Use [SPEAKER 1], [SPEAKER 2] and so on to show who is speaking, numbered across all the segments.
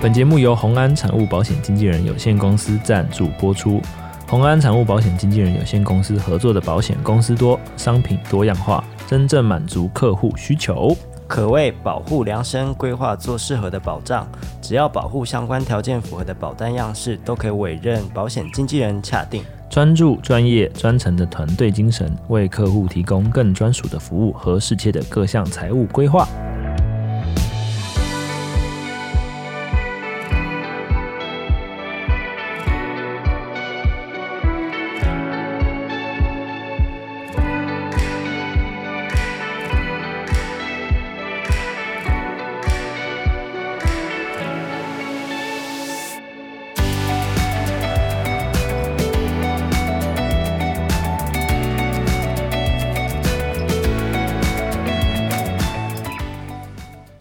[SPEAKER 1] 本节目由红安产物保险经纪人有限公司赞助播出。红安产物保险经纪人有限公司合作的保险公司多，商品多样化，真正满足客户需求。
[SPEAKER 2] 可为保护量身规划做适合的保障，只要保护相关条件符合的保单样式，都可以委任保险经纪人洽定。
[SPEAKER 1] 专注、专业、专诚的团队精神，为客户提供更专属的服务和适切的各项财务规划。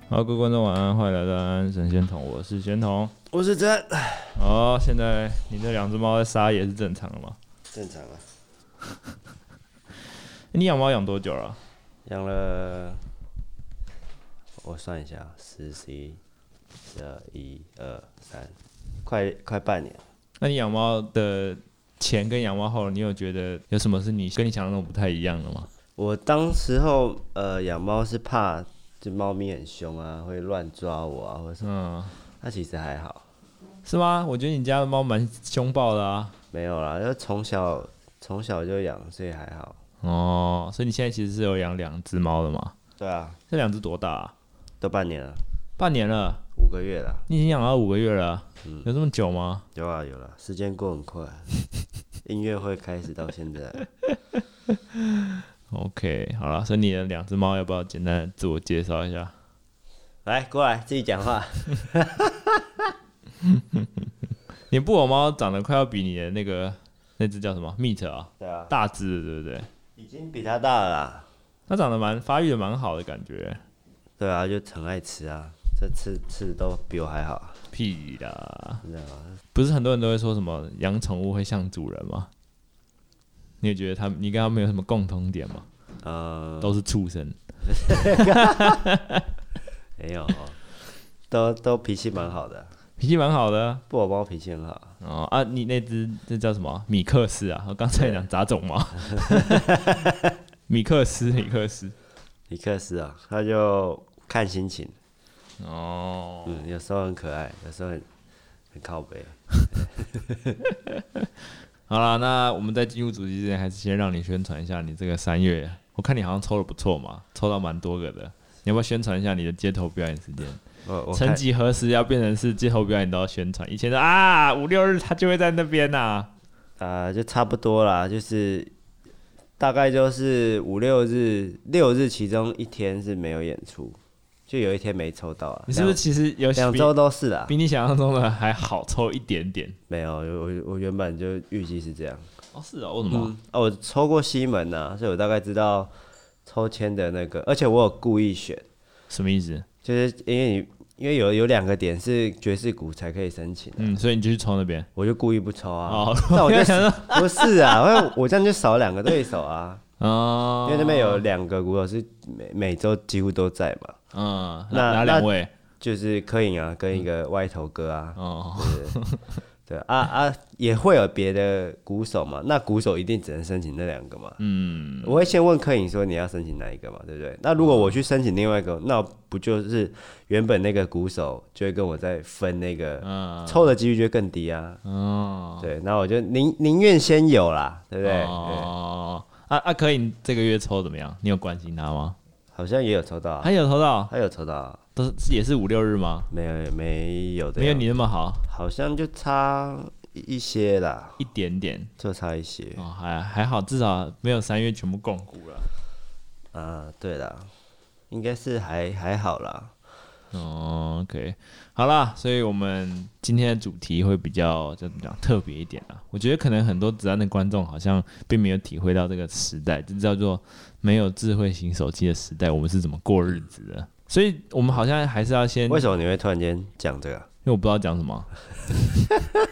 [SPEAKER 3] 好，各位观众晚安，欢迎来到安安神仙桶，我是仙童。
[SPEAKER 2] 我是真
[SPEAKER 3] 哦，现在你这两只猫在撒野是正常的吗？
[SPEAKER 2] 正常啊，
[SPEAKER 3] 哎你养猫养多久了、
[SPEAKER 2] 养了，我算一下，十、十一、十二、一、二、三，快快半年。
[SPEAKER 3] 那你养猫的前跟养猫后，你有觉得有什么是你跟你想象中不太一样的吗？
[SPEAKER 2] 我当时候呃养猫是怕这猫咪很凶啊，会乱抓我啊，或者什么。
[SPEAKER 3] 嗯，
[SPEAKER 2] 它其实还好，
[SPEAKER 3] 是吗？我觉得你家的猫蛮凶暴的啊。
[SPEAKER 2] 没有啦，就从小从小就养，所以还好。
[SPEAKER 3] 哦，所以你现在其实是有养两只猫的嘛？
[SPEAKER 2] 对啊，
[SPEAKER 3] 这两只多大、啊？
[SPEAKER 2] 都半年了，
[SPEAKER 3] 半年了，
[SPEAKER 2] 五个月了。
[SPEAKER 3] 你已经养了五个月了，啊有这么久吗？
[SPEAKER 2] 有啊有啦，时间过很 快，音乐会开始到现在。
[SPEAKER 3] OK，好了，所以你的两只猫要不要简单地自我介绍一下？
[SPEAKER 2] 来，过来自己讲话。
[SPEAKER 3] 你布偶猫长得快要比你的那个那只叫什么 Meet 啊，
[SPEAKER 2] 对啊，
[SPEAKER 3] 大只的，对不对？
[SPEAKER 2] 已经比它大了啦。
[SPEAKER 3] 它长得蛮发育的蛮好的感觉。
[SPEAKER 2] 对啊，就很爱吃啊，这吃吃的都比我还好，
[SPEAKER 3] 屁啦！
[SPEAKER 2] 你知道吗？
[SPEAKER 3] 不是很多人都会说什么养宠物会像主人吗？你也觉得他们，你跟他们有什么共同点吗？
[SPEAKER 2] 呃，
[SPEAKER 3] 都是畜生。
[SPEAKER 2] 没有哦，都都脾气蛮好的，
[SPEAKER 3] 脾气蛮好的
[SPEAKER 2] 布偶猫脾气很好。
[SPEAKER 3] 哦啊！你那只这叫什么米克斯啊？我刚才讲杂种吗？米克斯，米克斯
[SPEAKER 2] 尼克斯啊，他就看心情，
[SPEAKER 3] 哦，
[SPEAKER 2] 嗯，有时候很可爱，有时候很很靠背。
[SPEAKER 3] 好了，那我们在进入主题之前，还是先让你宣传一下你这个三月，我看你好像抽的不错嘛，抽到蛮多个的。你要不要宣传一下你的街头表演时间？
[SPEAKER 2] 我我
[SPEAKER 3] 曾
[SPEAKER 2] 看
[SPEAKER 3] 几何时要变成是街头表演都要宣传？以前的啊，五六日他就会在那边呐、
[SPEAKER 2] 啊、就差不多啦，就是大概就是五六日，六日其中一天是没有演出，就有一天没抽到啊。
[SPEAKER 3] 你是不是其实有
[SPEAKER 2] 两两
[SPEAKER 3] 比
[SPEAKER 2] 周都是啦？
[SPEAKER 3] 比你想象中的还好抽一点点？
[SPEAKER 2] 没有，我我原本就预计是这样。
[SPEAKER 3] 哦，是哦，为什么？
[SPEAKER 2] 嗯，哦，我抽过西门呐、所以我大概知道抽签的那个，而且我有故意选，
[SPEAKER 3] 什么意思？
[SPEAKER 2] 就是因为你因为有有两个点是爵士鼓才可以申请的，
[SPEAKER 3] 嗯，所以你就去抽那边
[SPEAKER 2] 我就故意不抽啊。
[SPEAKER 3] 哦。
[SPEAKER 2] 那我
[SPEAKER 3] 因
[SPEAKER 2] 就
[SPEAKER 3] 为想说，
[SPEAKER 2] 不是啊，因为我这样就少两个对手啊，
[SPEAKER 3] 哦
[SPEAKER 2] 因，为那边有两个鼓手是每每周几乎都在嘛，
[SPEAKER 3] 嗯，
[SPEAKER 2] 那
[SPEAKER 3] 哪哪两位？
[SPEAKER 2] 就是柯颖啊跟一
[SPEAKER 3] 嗯
[SPEAKER 2] 个歪头哥啊，
[SPEAKER 3] 哦，
[SPEAKER 2] 对啊啊也会有别的鼓手嘛，那鼓手一定只能申请那两个嘛，
[SPEAKER 3] 嗯，
[SPEAKER 2] 我会先问柯颖说你要申请哪一个嘛，对不对？那如果我去申请另外一个，那不就是原本那个鼓手就会跟我在分那个、
[SPEAKER 3] 嗯
[SPEAKER 2] 抽的几率就会更低啊？
[SPEAKER 3] 哦，
[SPEAKER 2] 对，那我就宁宁愿先有啦，对不对？对
[SPEAKER 3] 哦，啊啊，可以，你这个月抽怎么样？你有关心他吗？
[SPEAKER 2] 好像也有抽到、啊
[SPEAKER 3] 他，有抽到，
[SPEAKER 2] 他有抽到、啊，
[SPEAKER 3] 都是也是五六日吗？
[SPEAKER 2] 没有没有的，
[SPEAKER 3] 没有你那么好，
[SPEAKER 2] 好像就差一些啦，
[SPEAKER 3] 一点点
[SPEAKER 2] 就差一些
[SPEAKER 3] 哦，还还好，至少没有三月全部共股了。
[SPEAKER 2] 啊。对啦，应该是还还好啦。
[SPEAKER 3] 哦，OK，好啦，所以我们今天的主题会比较就怎么讲特别一点啊。我觉得可能很多直男的观众好像并没有体会到这个时代，这叫做没有智慧型手机的时代，我们是怎么过日子的。所以我们好像还是要先，因
[SPEAKER 2] 为什么你会突然间讲这个？
[SPEAKER 3] 为我不知道讲什么。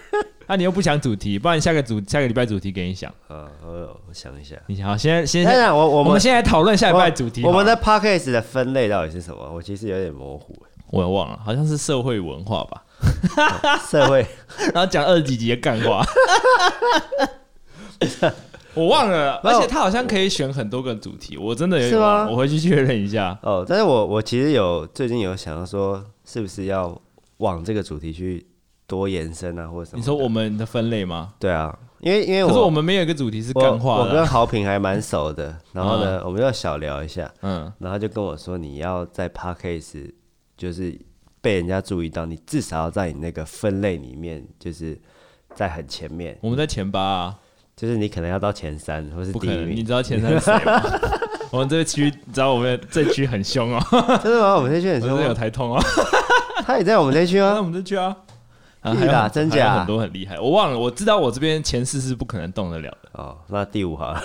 [SPEAKER 3] 啊那、你又不想主题，不然下个主下个礼拜主题给你想。
[SPEAKER 2] 啊，我我想一下。
[SPEAKER 3] 你想好，先先
[SPEAKER 2] 等
[SPEAKER 3] 先
[SPEAKER 2] 等，我
[SPEAKER 3] 我
[SPEAKER 2] 我们
[SPEAKER 3] 们先来讨论下礼拜的主题
[SPEAKER 2] 我
[SPEAKER 3] 好
[SPEAKER 2] 我
[SPEAKER 3] 了。
[SPEAKER 2] 们的 podcast 的分类到底是什么？我其实有点模糊。
[SPEAKER 3] 我也忘了，好像是社会文化吧。
[SPEAKER 2] 社会
[SPEAKER 3] 然后讲二十几集的干话。 我忘了，
[SPEAKER 2] 没有
[SPEAKER 3] 而且他好像可以选很多个主题，我真的有
[SPEAKER 2] 是
[SPEAKER 3] 点
[SPEAKER 2] 吗
[SPEAKER 3] 忘了，我回去确认一下。
[SPEAKER 2] 哦，但是我我其实有最近有想要说，是不是要往这个主题去多延伸啊，或者什么的？
[SPEAKER 3] 你说我们的分类吗？
[SPEAKER 2] 对啊，因为因为
[SPEAKER 3] 可
[SPEAKER 2] 我
[SPEAKER 3] 是我们没有一个主题是
[SPEAKER 2] 我
[SPEAKER 3] 干话啊
[SPEAKER 2] 我
[SPEAKER 3] 的
[SPEAKER 2] 跟
[SPEAKER 3] 啊。
[SPEAKER 2] 好品还蛮熟的，然后 呢，我们就小聊一下，
[SPEAKER 3] 嗯，
[SPEAKER 2] 然后就跟我说你要在 p a c k a s e 就是被人家注意到，你至少要在你那个分类里面，就是在很前面，
[SPEAKER 3] 我们在前八啊，
[SPEAKER 2] 就是你可能要到前三或是
[SPEAKER 3] 不
[SPEAKER 2] 第
[SPEAKER 3] 可
[SPEAKER 2] 一
[SPEAKER 3] 能。你
[SPEAKER 2] 名。
[SPEAKER 3] 知道前三是谁吗？ 我们这个区，你知道我们这区很凶哦，
[SPEAKER 2] 真的吗？我们这区很
[SPEAKER 3] 我
[SPEAKER 2] 凶
[SPEAKER 3] 们有
[SPEAKER 2] 吗，
[SPEAKER 3] 台通哦，
[SPEAKER 2] 他也在我们这区
[SPEAKER 3] 那
[SPEAKER 2] 吗？
[SPEAKER 3] 我们这区啊，啊
[SPEAKER 2] 屁
[SPEAKER 3] 还有
[SPEAKER 2] 啦
[SPEAKER 3] 很
[SPEAKER 2] 真
[SPEAKER 3] 还有
[SPEAKER 2] 假
[SPEAKER 3] 很多很厉害，我忘了，我知道我这边前四是不可能动得了的。
[SPEAKER 2] 哦，那第五好了。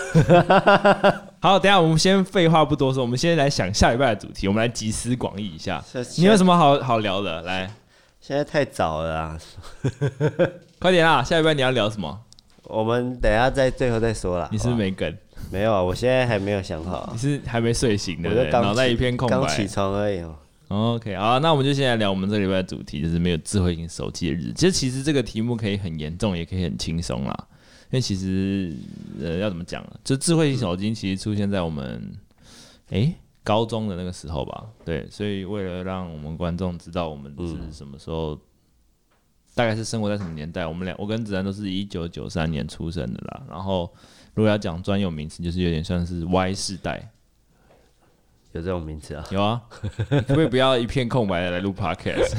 [SPEAKER 3] 好，等一下我们先废话不多说，我们先来想下礼拜的主题，我们来集思广益一下。你有什么好好聊的？来，
[SPEAKER 2] 现在太早了啊，
[SPEAKER 3] 快点啊啦！下礼拜你要聊什么？
[SPEAKER 2] 我们等一下在最后再说啦。
[SPEAKER 3] 你是
[SPEAKER 2] 好
[SPEAKER 3] 不是
[SPEAKER 2] 吧
[SPEAKER 3] 没梗？
[SPEAKER 2] 没有啊？我现在还没有想好啊
[SPEAKER 3] 你，是还没睡醒对
[SPEAKER 2] 我
[SPEAKER 3] 不
[SPEAKER 2] 就
[SPEAKER 3] 对？
[SPEAKER 2] 刚
[SPEAKER 3] 脑袋
[SPEAKER 2] 起
[SPEAKER 3] 一片空
[SPEAKER 2] 刚起
[SPEAKER 3] 白。
[SPEAKER 2] 床而已哦。
[SPEAKER 3] OK，好，啊那我们就先来聊我们这礼拜的主题，就是没有智慧型手机的日子。其实，其实这个题目可以很严重，也可以很轻松啦。因为其实，呃，要怎么讲呢？就智慧型手机其实出现在我们，诶高中的那个时候吧。对，所以为了让我们观众知道我们是什么时候，大概是生活在什么年代，我们俩，我跟子然都是一九九三年出生的啦。然后，如果要讲专有名词，就是有点像是 Y 世代，
[SPEAKER 2] 有这种名字啊？
[SPEAKER 3] 有啊，你可不可以不要一片空白的来录 Podcast？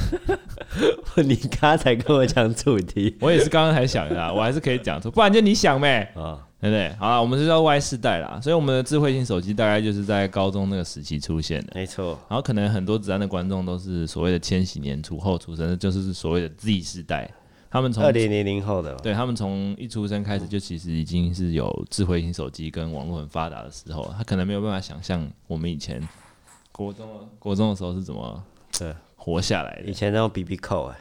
[SPEAKER 2] 你刚刚才跟我讲主题
[SPEAKER 3] 我也是刚刚才想的、啊，我还是可以讲出，不然就你想呗，
[SPEAKER 2] 啊，
[SPEAKER 3] 对不对？好啦，我们是叫 Y 世代啦，所以我们的智慧型手机大概就是在高中那个时期出现的。
[SPEAKER 2] 没错，
[SPEAKER 3] 然后可能很多子安的观众都是所谓的千禧年出后出生的，就是所谓的 Z 世代，他们从
[SPEAKER 2] 二零零零后的嘛，哦
[SPEAKER 3] 对他们从一出生开始就其实已经是有智慧型手机跟网络很发达的时候，他可能没有办法想象我们以前国中的国中的时候是怎么
[SPEAKER 2] 对
[SPEAKER 3] 活下来的
[SPEAKER 2] 以。前那种 BB 扣哎，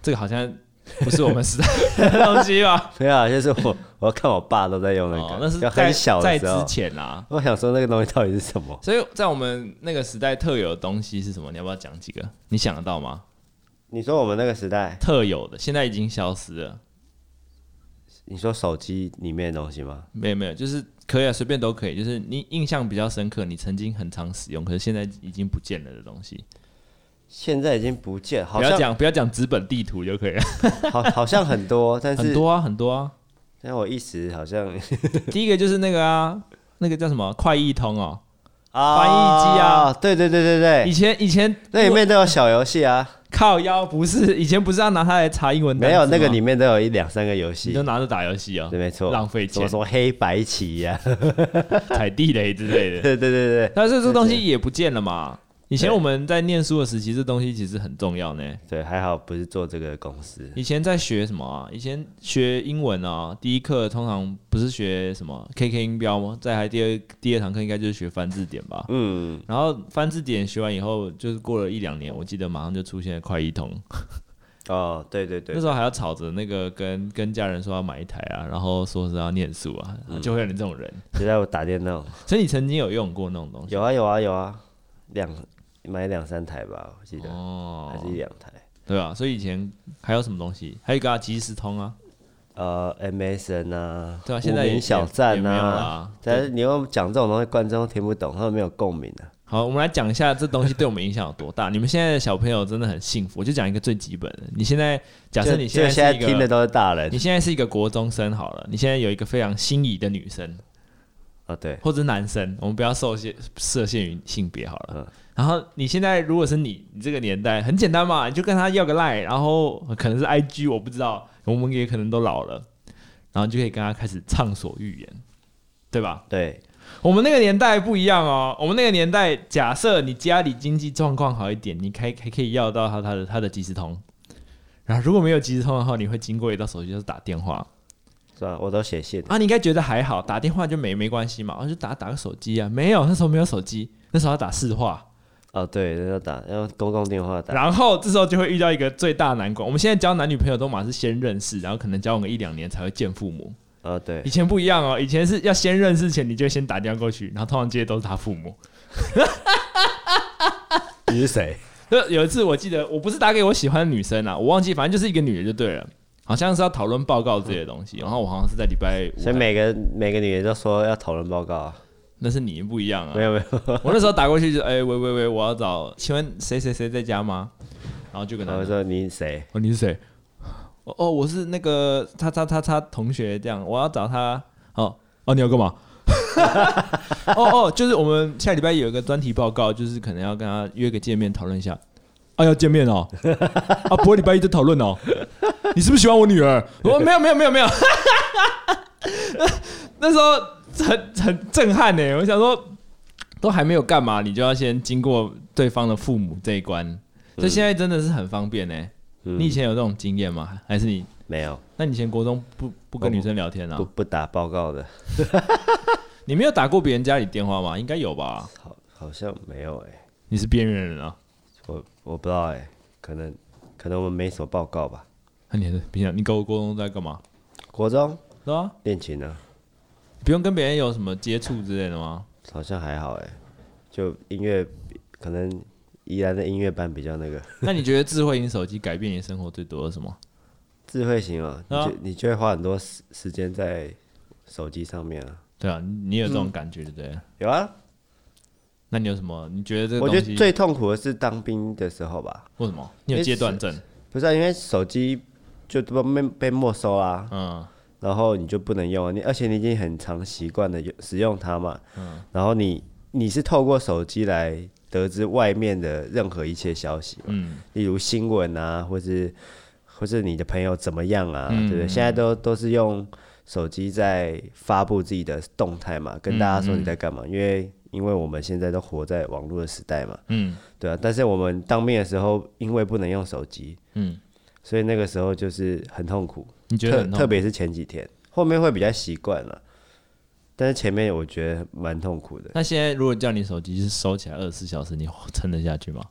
[SPEAKER 3] 这个好像不是我们时代的东西吧？
[SPEAKER 2] 没有啊，就是我我看我爸都在用那
[SPEAKER 3] 哦
[SPEAKER 2] 个，，
[SPEAKER 3] 那是
[SPEAKER 2] 就
[SPEAKER 3] 在
[SPEAKER 2] 很小的
[SPEAKER 3] 在
[SPEAKER 2] 时
[SPEAKER 3] 之
[SPEAKER 2] 候，
[SPEAKER 3] 前啦。
[SPEAKER 2] 我想说那个东西到底是什么？
[SPEAKER 3] 所以在我们那个时代特有的东西是什么？你要不要讲几个？你想得到吗？
[SPEAKER 2] 你说我们那个时代，
[SPEAKER 3] 特有的现在已经消失了，
[SPEAKER 2] 你说手机里面的东西吗？
[SPEAKER 3] 没有没有，就是可以啊，随便都可以。就是你印象比较深刻，你曾经很常使用，可是现在已经不见了的东西。
[SPEAKER 2] 现在已经不见，好
[SPEAKER 3] 不要
[SPEAKER 2] 像
[SPEAKER 3] 讲不要讲纸本地图就可以了，
[SPEAKER 2] 好好像很 多，但
[SPEAKER 3] 很
[SPEAKER 2] 是
[SPEAKER 3] 多啊很多啊。
[SPEAKER 2] 但我一时好 像
[SPEAKER 3] 第一个就是那个啊，那个叫什么快易通哦，
[SPEAKER 2] 啊
[SPEAKER 3] 翻译机啊，
[SPEAKER 2] 对对对对对
[SPEAKER 3] 以，前以前
[SPEAKER 2] 那里面都有小游戏 啊，
[SPEAKER 3] 靠腰不是以前不是要拿它来查英文单
[SPEAKER 2] 没
[SPEAKER 3] 词吗？
[SPEAKER 2] 有那个里面都有一两三个游
[SPEAKER 3] 你
[SPEAKER 2] 戏
[SPEAKER 3] 就，拿着打游戏啊，
[SPEAKER 2] 对，没错，
[SPEAKER 3] 浪费
[SPEAKER 2] 什么
[SPEAKER 3] 钱
[SPEAKER 2] 什，么黑白棋呀、
[SPEAKER 3] 踩地雷之类 的。
[SPEAKER 2] 对对对对
[SPEAKER 3] 但是这东西也不见了嘛。以前
[SPEAKER 2] 对
[SPEAKER 3] 我们在念书的时期，这东西其实很重要呢。
[SPEAKER 2] 对，还好不是做这个公司，
[SPEAKER 3] 以前在学什么啊？以前学英文啊，第一课通常不是学什么 KK 音标吗？再还第二第二堂课应该就是学翻字典吧。
[SPEAKER 2] 嗯，
[SPEAKER 3] 然后翻字典学完以后，就是过了一两年，我记得马上就出现了快译通。
[SPEAKER 2] 哦，对对对
[SPEAKER 3] 那时，候还要吵着那个跟跟家人说要买一台啊，然后说是要念书啊，
[SPEAKER 2] 嗯
[SPEAKER 3] 就会有人这种人。
[SPEAKER 2] 就在我打电 动，
[SPEAKER 3] 所以你曾经有用过那种东西？
[SPEAKER 2] 有啊有啊有啊，两买两三台吧，我记得、
[SPEAKER 3] 哦
[SPEAKER 2] 还是一两台，
[SPEAKER 3] 对啊，所以以前还有什么东西？还有一个啊，即时通啊，
[SPEAKER 2] 呃，MSN 啊，
[SPEAKER 3] 对啊，
[SPEAKER 2] 无
[SPEAKER 3] 现在也
[SPEAKER 2] 名小站
[SPEAKER 3] 也没有
[SPEAKER 2] 啊，
[SPEAKER 3] 啦。
[SPEAKER 2] 但
[SPEAKER 3] 对
[SPEAKER 2] 是你又讲这种东西，观众听不懂，他们没有共鸣啊，
[SPEAKER 3] 好，我们来讲一下这东西对我们影响有多大。你们现在的小朋友真的很幸福，我就讲一个最基本的。你现在假设
[SPEAKER 2] 就
[SPEAKER 3] 你
[SPEAKER 2] 就
[SPEAKER 3] 现在
[SPEAKER 2] 现在
[SPEAKER 3] 是一
[SPEAKER 2] 听的
[SPEAKER 3] 个，
[SPEAKER 2] 都是大人
[SPEAKER 3] 你现在是一个国中生好了，你现在有一个非常心仪的女生
[SPEAKER 2] 啊，对，
[SPEAKER 3] 或者男生，我们不要受限设限于性别好了。
[SPEAKER 2] 嗯
[SPEAKER 3] 然后你现在如果是你，你这个年代很简单嘛，你就跟他要个 line，然后可能是 IG，我不知道，我们也可能都老了，然后就可以跟他开始畅所欲言，对吧？
[SPEAKER 2] 对，
[SPEAKER 3] 我们那个年代不一样哦，我们那个年代，假设你家里经济状况好一点，你开还可以要到他他的他的即时通，然后如果没有即时通的话，你会经过一道手续就是打电话
[SPEAKER 2] 算了，我都写信，
[SPEAKER 3] 啊，你应该觉得还好，打电话就没没关系嘛，然、后就打打个手机啊，没有那时候没有手机，那时候要打市话，
[SPEAKER 2] 哦，对，那要打用公共电话打，
[SPEAKER 3] 然后这时候就会遇到一个最大的难关。我们现在交男女朋友都嘛是先认识，然后可能交往个一两年才会见父母。
[SPEAKER 2] 哦，对
[SPEAKER 3] 以，前不一样哦，以前是要先认识前你就先打电话过去，然后通常接的都是他父母。
[SPEAKER 2] 你是谁？
[SPEAKER 3] 就 有一次我记得我不是打给我喜欢的女生啊，我忘记，反正就是一个女的就对了，好像是要讨论报告之类的东西，然后我好像是在礼拜五啊
[SPEAKER 2] 所
[SPEAKER 3] 还，
[SPEAKER 2] 以每个每个女人都说要讨论报告啊，
[SPEAKER 3] 那是你不一样啊，
[SPEAKER 2] 没有没有，
[SPEAKER 3] 我那时候打过去就哎、喂喂喂，我要找，请问谁谁谁在家吗？然后就跟他
[SPEAKER 2] 然后说
[SPEAKER 3] 说，
[SPEAKER 2] 你是谁？
[SPEAKER 3] 哦你是谁？哦哦我是那个叉叉叉叉同学，这样我要找他。哦哦你要干嘛？ 哦哦就是我们下礼拜有一个专题报告，就是可能要跟他约个见面讨论一下。啊要见面哦，啊不会礼拜一就讨论哦。你是不是喜欢我女儿？我哦没有没有没有没 有。那时候很很震撼呢、我想说都还没有干嘛，你就要先经过对方的父母这一关。这现在真的是很方便呢、
[SPEAKER 2] 嗯
[SPEAKER 3] 你以前有这种经验吗？还是你？
[SPEAKER 2] 没有，
[SPEAKER 3] 那你以前国中不不跟女生聊天啊
[SPEAKER 2] 不？不打报告的，
[SPEAKER 3] 你没有打过别人家里电话吗？应该有吧？
[SPEAKER 2] 好好像没有哎、
[SPEAKER 3] 你是边缘人啊？
[SPEAKER 2] 我我不知道哎、可能可能我们没什么报告吧。
[SPEAKER 3] 那你还是平常你跟我国中在干嘛？
[SPEAKER 2] 国中
[SPEAKER 3] 是吧？
[SPEAKER 2] 恋情呢，
[SPEAKER 3] 不用跟别人有什么接触之类的吗？
[SPEAKER 2] 好像还好哎、就音乐可能宜兰的音乐班比较那个
[SPEAKER 3] 那你觉得智慧型手机改变你生活最多的是什么？
[SPEAKER 2] 智慧型哦、你就、
[SPEAKER 3] 啊
[SPEAKER 2] 你就会花很多时时间在手机上面啊。
[SPEAKER 3] 对啊，你你有这种感觉对不对？
[SPEAKER 2] 有啊，
[SPEAKER 3] 那你有什么？你觉得这个
[SPEAKER 2] 我
[SPEAKER 3] 东
[SPEAKER 2] 觉
[SPEAKER 3] 西
[SPEAKER 2] 得最痛苦的是当兵的时候吧，
[SPEAKER 3] 为什么？你有阶段症？
[SPEAKER 2] 不是、啊、因为手机就都被被没收啊，
[SPEAKER 3] 嗯，
[SPEAKER 2] 然后你就不能用啊，你而且你已经很常习惯的使用它嘛，
[SPEAKER 3] 嗯
[SPEAKER 2] 然后你你是透过手机来得知外面的任何一切消息嘛，
[SPEAKER 3] 嗯
[SPEAKER 2] 例如新闻啊，或是或是你的朋友怎么样啊，
[SPEAKER 3] 嗯
[SPEAKER 2] 对不对？现在都都是用手机在发布自己的动态嘛，跟大家
[SPEAKER 3] 嗯
[SPEAKER 2] 说你在干嘛，因为因为我们现在都活在网络的时代嘛，
[SPEAKER 3] 嗯
[SPEAKER 2] 对啊，但是我们当兵的时候，因为不能用手机，
[SPEAKER 3] 嗯，
[SPEAKER 2] 所以那个时候就是很痛苦。
[SPEAKER 3] 你觉得
[SPEAKER 2] 特
[SPEAKER 3] 很痛
[SPEAKER 2] 特别是前几天，后面会比较习惯了，但是前面我觉得蛮痛苦的。
[SPEAKER 3] 那现在如果叫你手机是收起来二十四小时，你撑得下 去吗？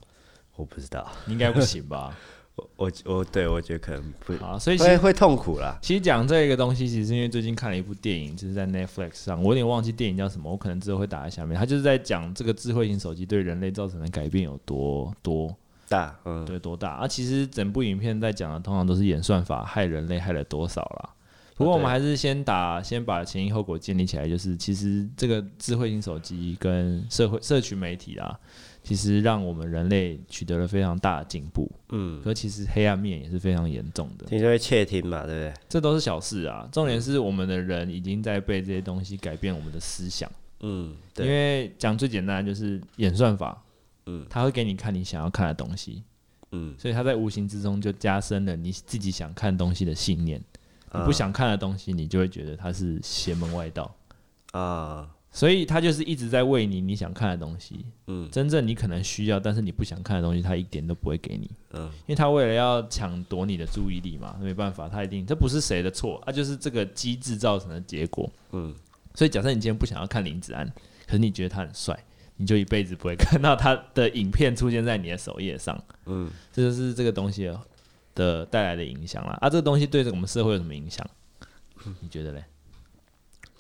[SPEAKER 2] 我不知道，
[SPEAKER 3] 应该不行吧？
[SPEAKER 2] 我我我对我觉得可能不
[SPEAKER 3] 好，所以其
[SPEAKER 2] 会
[SPEAKER 3] 实
[SPEAKER 2] 会痛苦啦。
[SPEAKER 3] 其实讲这个东西，其实因为最近看了一部电影，就是在 Netflix 上，我有点忘记电影叫什么，我可能之后会打在下面。它就是在讲这个智慧型手机对人类造成的改变有多多
[SPEAKER 2] 大嗯，
[SPEAKER 3] 对多大啊！其实整部影片在讲的通常都是演算法害人类害了多少啦。不过我们还是先打，先把前因后果建立起来。就是其实这个智慧型手机跟社会社群媒体啊，其实让我们人类取得了非常大的进步。
[SPEAKER 2] 嗯，
[SPEAKER 3] 可其实黑暗面也是非常严重的。
[SPEAKER 2] 听说会窃听嘛，对不对？
[SPEAKER 3] 这都是小事啊，
[SPEAKER 2] 嗯
[SPEAKER 3] 重点是我们的人已经在被这些东西改变我们的思想。
[SPEAKER 2] 嗯，
[SPEAKER 3] 因
[SPEAKER 2] 对，
[SPEAKER 3] 为讲最简单的就是演算法，
[SPEAKER 2] 嗯
[SPEAKER 3] 它会给你看你想要看的东西，
[SPEAKER 2] 嗯，
[SPEAKER 3] 所以它在无形之中就加深了你自己想看东西的信念。你
[SPEAKER 2] 啊
[SPEAKER 3] 不想看的东西，你就会觉得它是邪门外道，
[SPEAKER 2] 啊，
[SPEAKER 3] 所以它就是一直在喂你你想看的东西。
[SPEAKER 2] 嗯
[SPEAKER 3] 真正你可能需要，但是你不想看的东西，它一点都不会给你。
[SPEAKER 2] 嗯
[SPEAKER 3] 因为他为了要抢夺你的注意力嘛，没办法，他一定这不是谁的错，啊，就是这个机制造成的结果。
[SPEAKER 2] 嗯，
[SPEAKER 3] 所以假设你今天不想要看林子安，可是你觉得他很帅，你就一辈子不会看到他的影片出现在你的首页上。
[SPEAKER 2] 嗯，
[SPEAKER 3] 这就是这个东西的的带来的影响啦。啊，这个东西对我们社会有什么影响？你觉得嘞？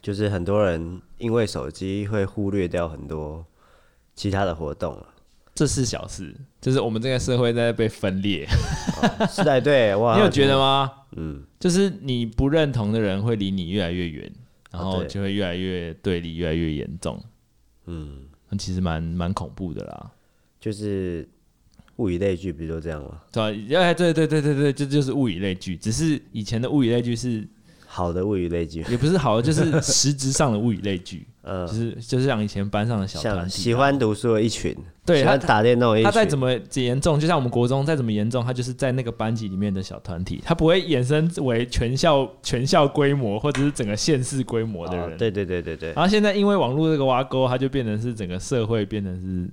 [SPEAKER 2] 就是很多人因为手机会忽略掉很多其他的活动啊 了。
[SPEAKER 3] 这是小事，就是我们这个社会在被分裂。
[SPEAKER 2] 是的，对，哇，
[SPEAKER 3] 你有觉得？吗？
[SPEAKER 2] 嗯，
[SPEAKER 3] 就是你不认同的人会离你越来越远，然
[SPEAKER 2] 啊
[SPEAKER 3] 后
[SPEAKER 2] 对
[SPEAKER 3] 就会越来越对立，越来越严重。
[SPEAKER 2] 嗯，
[SPEAKER 3] 那其实蛮蛮恐怖的啦。
[SPEAKER 2] 就是物以类聚，不是都这样吗？
[SPEAKER 3] 对吧？哎，对对对对对，这就是物以类聚。只是以前的物以类聚是
[SPEAKER 2] 好的物以类聚，
[SPEAKER 3] 也不是好的，就是实质上的物以类聚，
[SPEAKER 2] 嗯
[SPEAKER 3] 就。是就是像以前班上的小团
[SPEAKER 2] 像
[SPEAKER 3] 体，
[SPEAKER 2] 喜欢读书的一群，
[SPEAKER 3] 对
[SPEAKER 2] 喜
[SPEAKER 3] 他
[SPEAKER 2] 欢打电动的一群，
[SPEAKER 3] 他再怎么严重，就像我们国中再怎么严重，他就是在那个班级里面的小团体，他不会衍生为全校全校规模或者是整个县市规模的人。
[SPEAKER 2] 哦对对对对对，
[SPEAKER 3] 然后现在因为网络这个挖沟，它就变成是整个社会变成是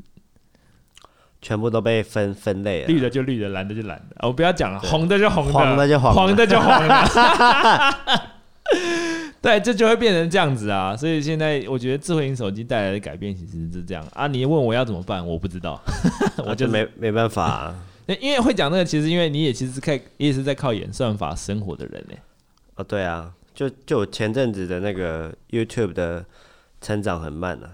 [SPEAKER 2] 全部都被分分 类
[SPEAKER 3] 绿
[SPEAKER 2] 了。
[SPEAKER 3] 的就绿的，蓝的就蓝的。哦我不要讲了，红的就红的，
[SPEAKER 2] 啊黄的就黄的
[SPEAKER 3] 黄的就黄的。 对，这就会变成这样子啊。所以现在我觉得智慧型手机带来的改变其实是这样啊。你问我要怎么办，我不知道，我
[SPEAKER 2] 啊
[SPEAKER 3] 就
[SPEAKER 2] 就是没没办法啊，
[SPEAKER 3] 因为会讲这个，其实因为你也其实看，你也是在靠演算法生活的人欸呢、
[SPEAKER 2] 哦对啊，就就我前阵子的那个 YouTube 的成长很慢啊，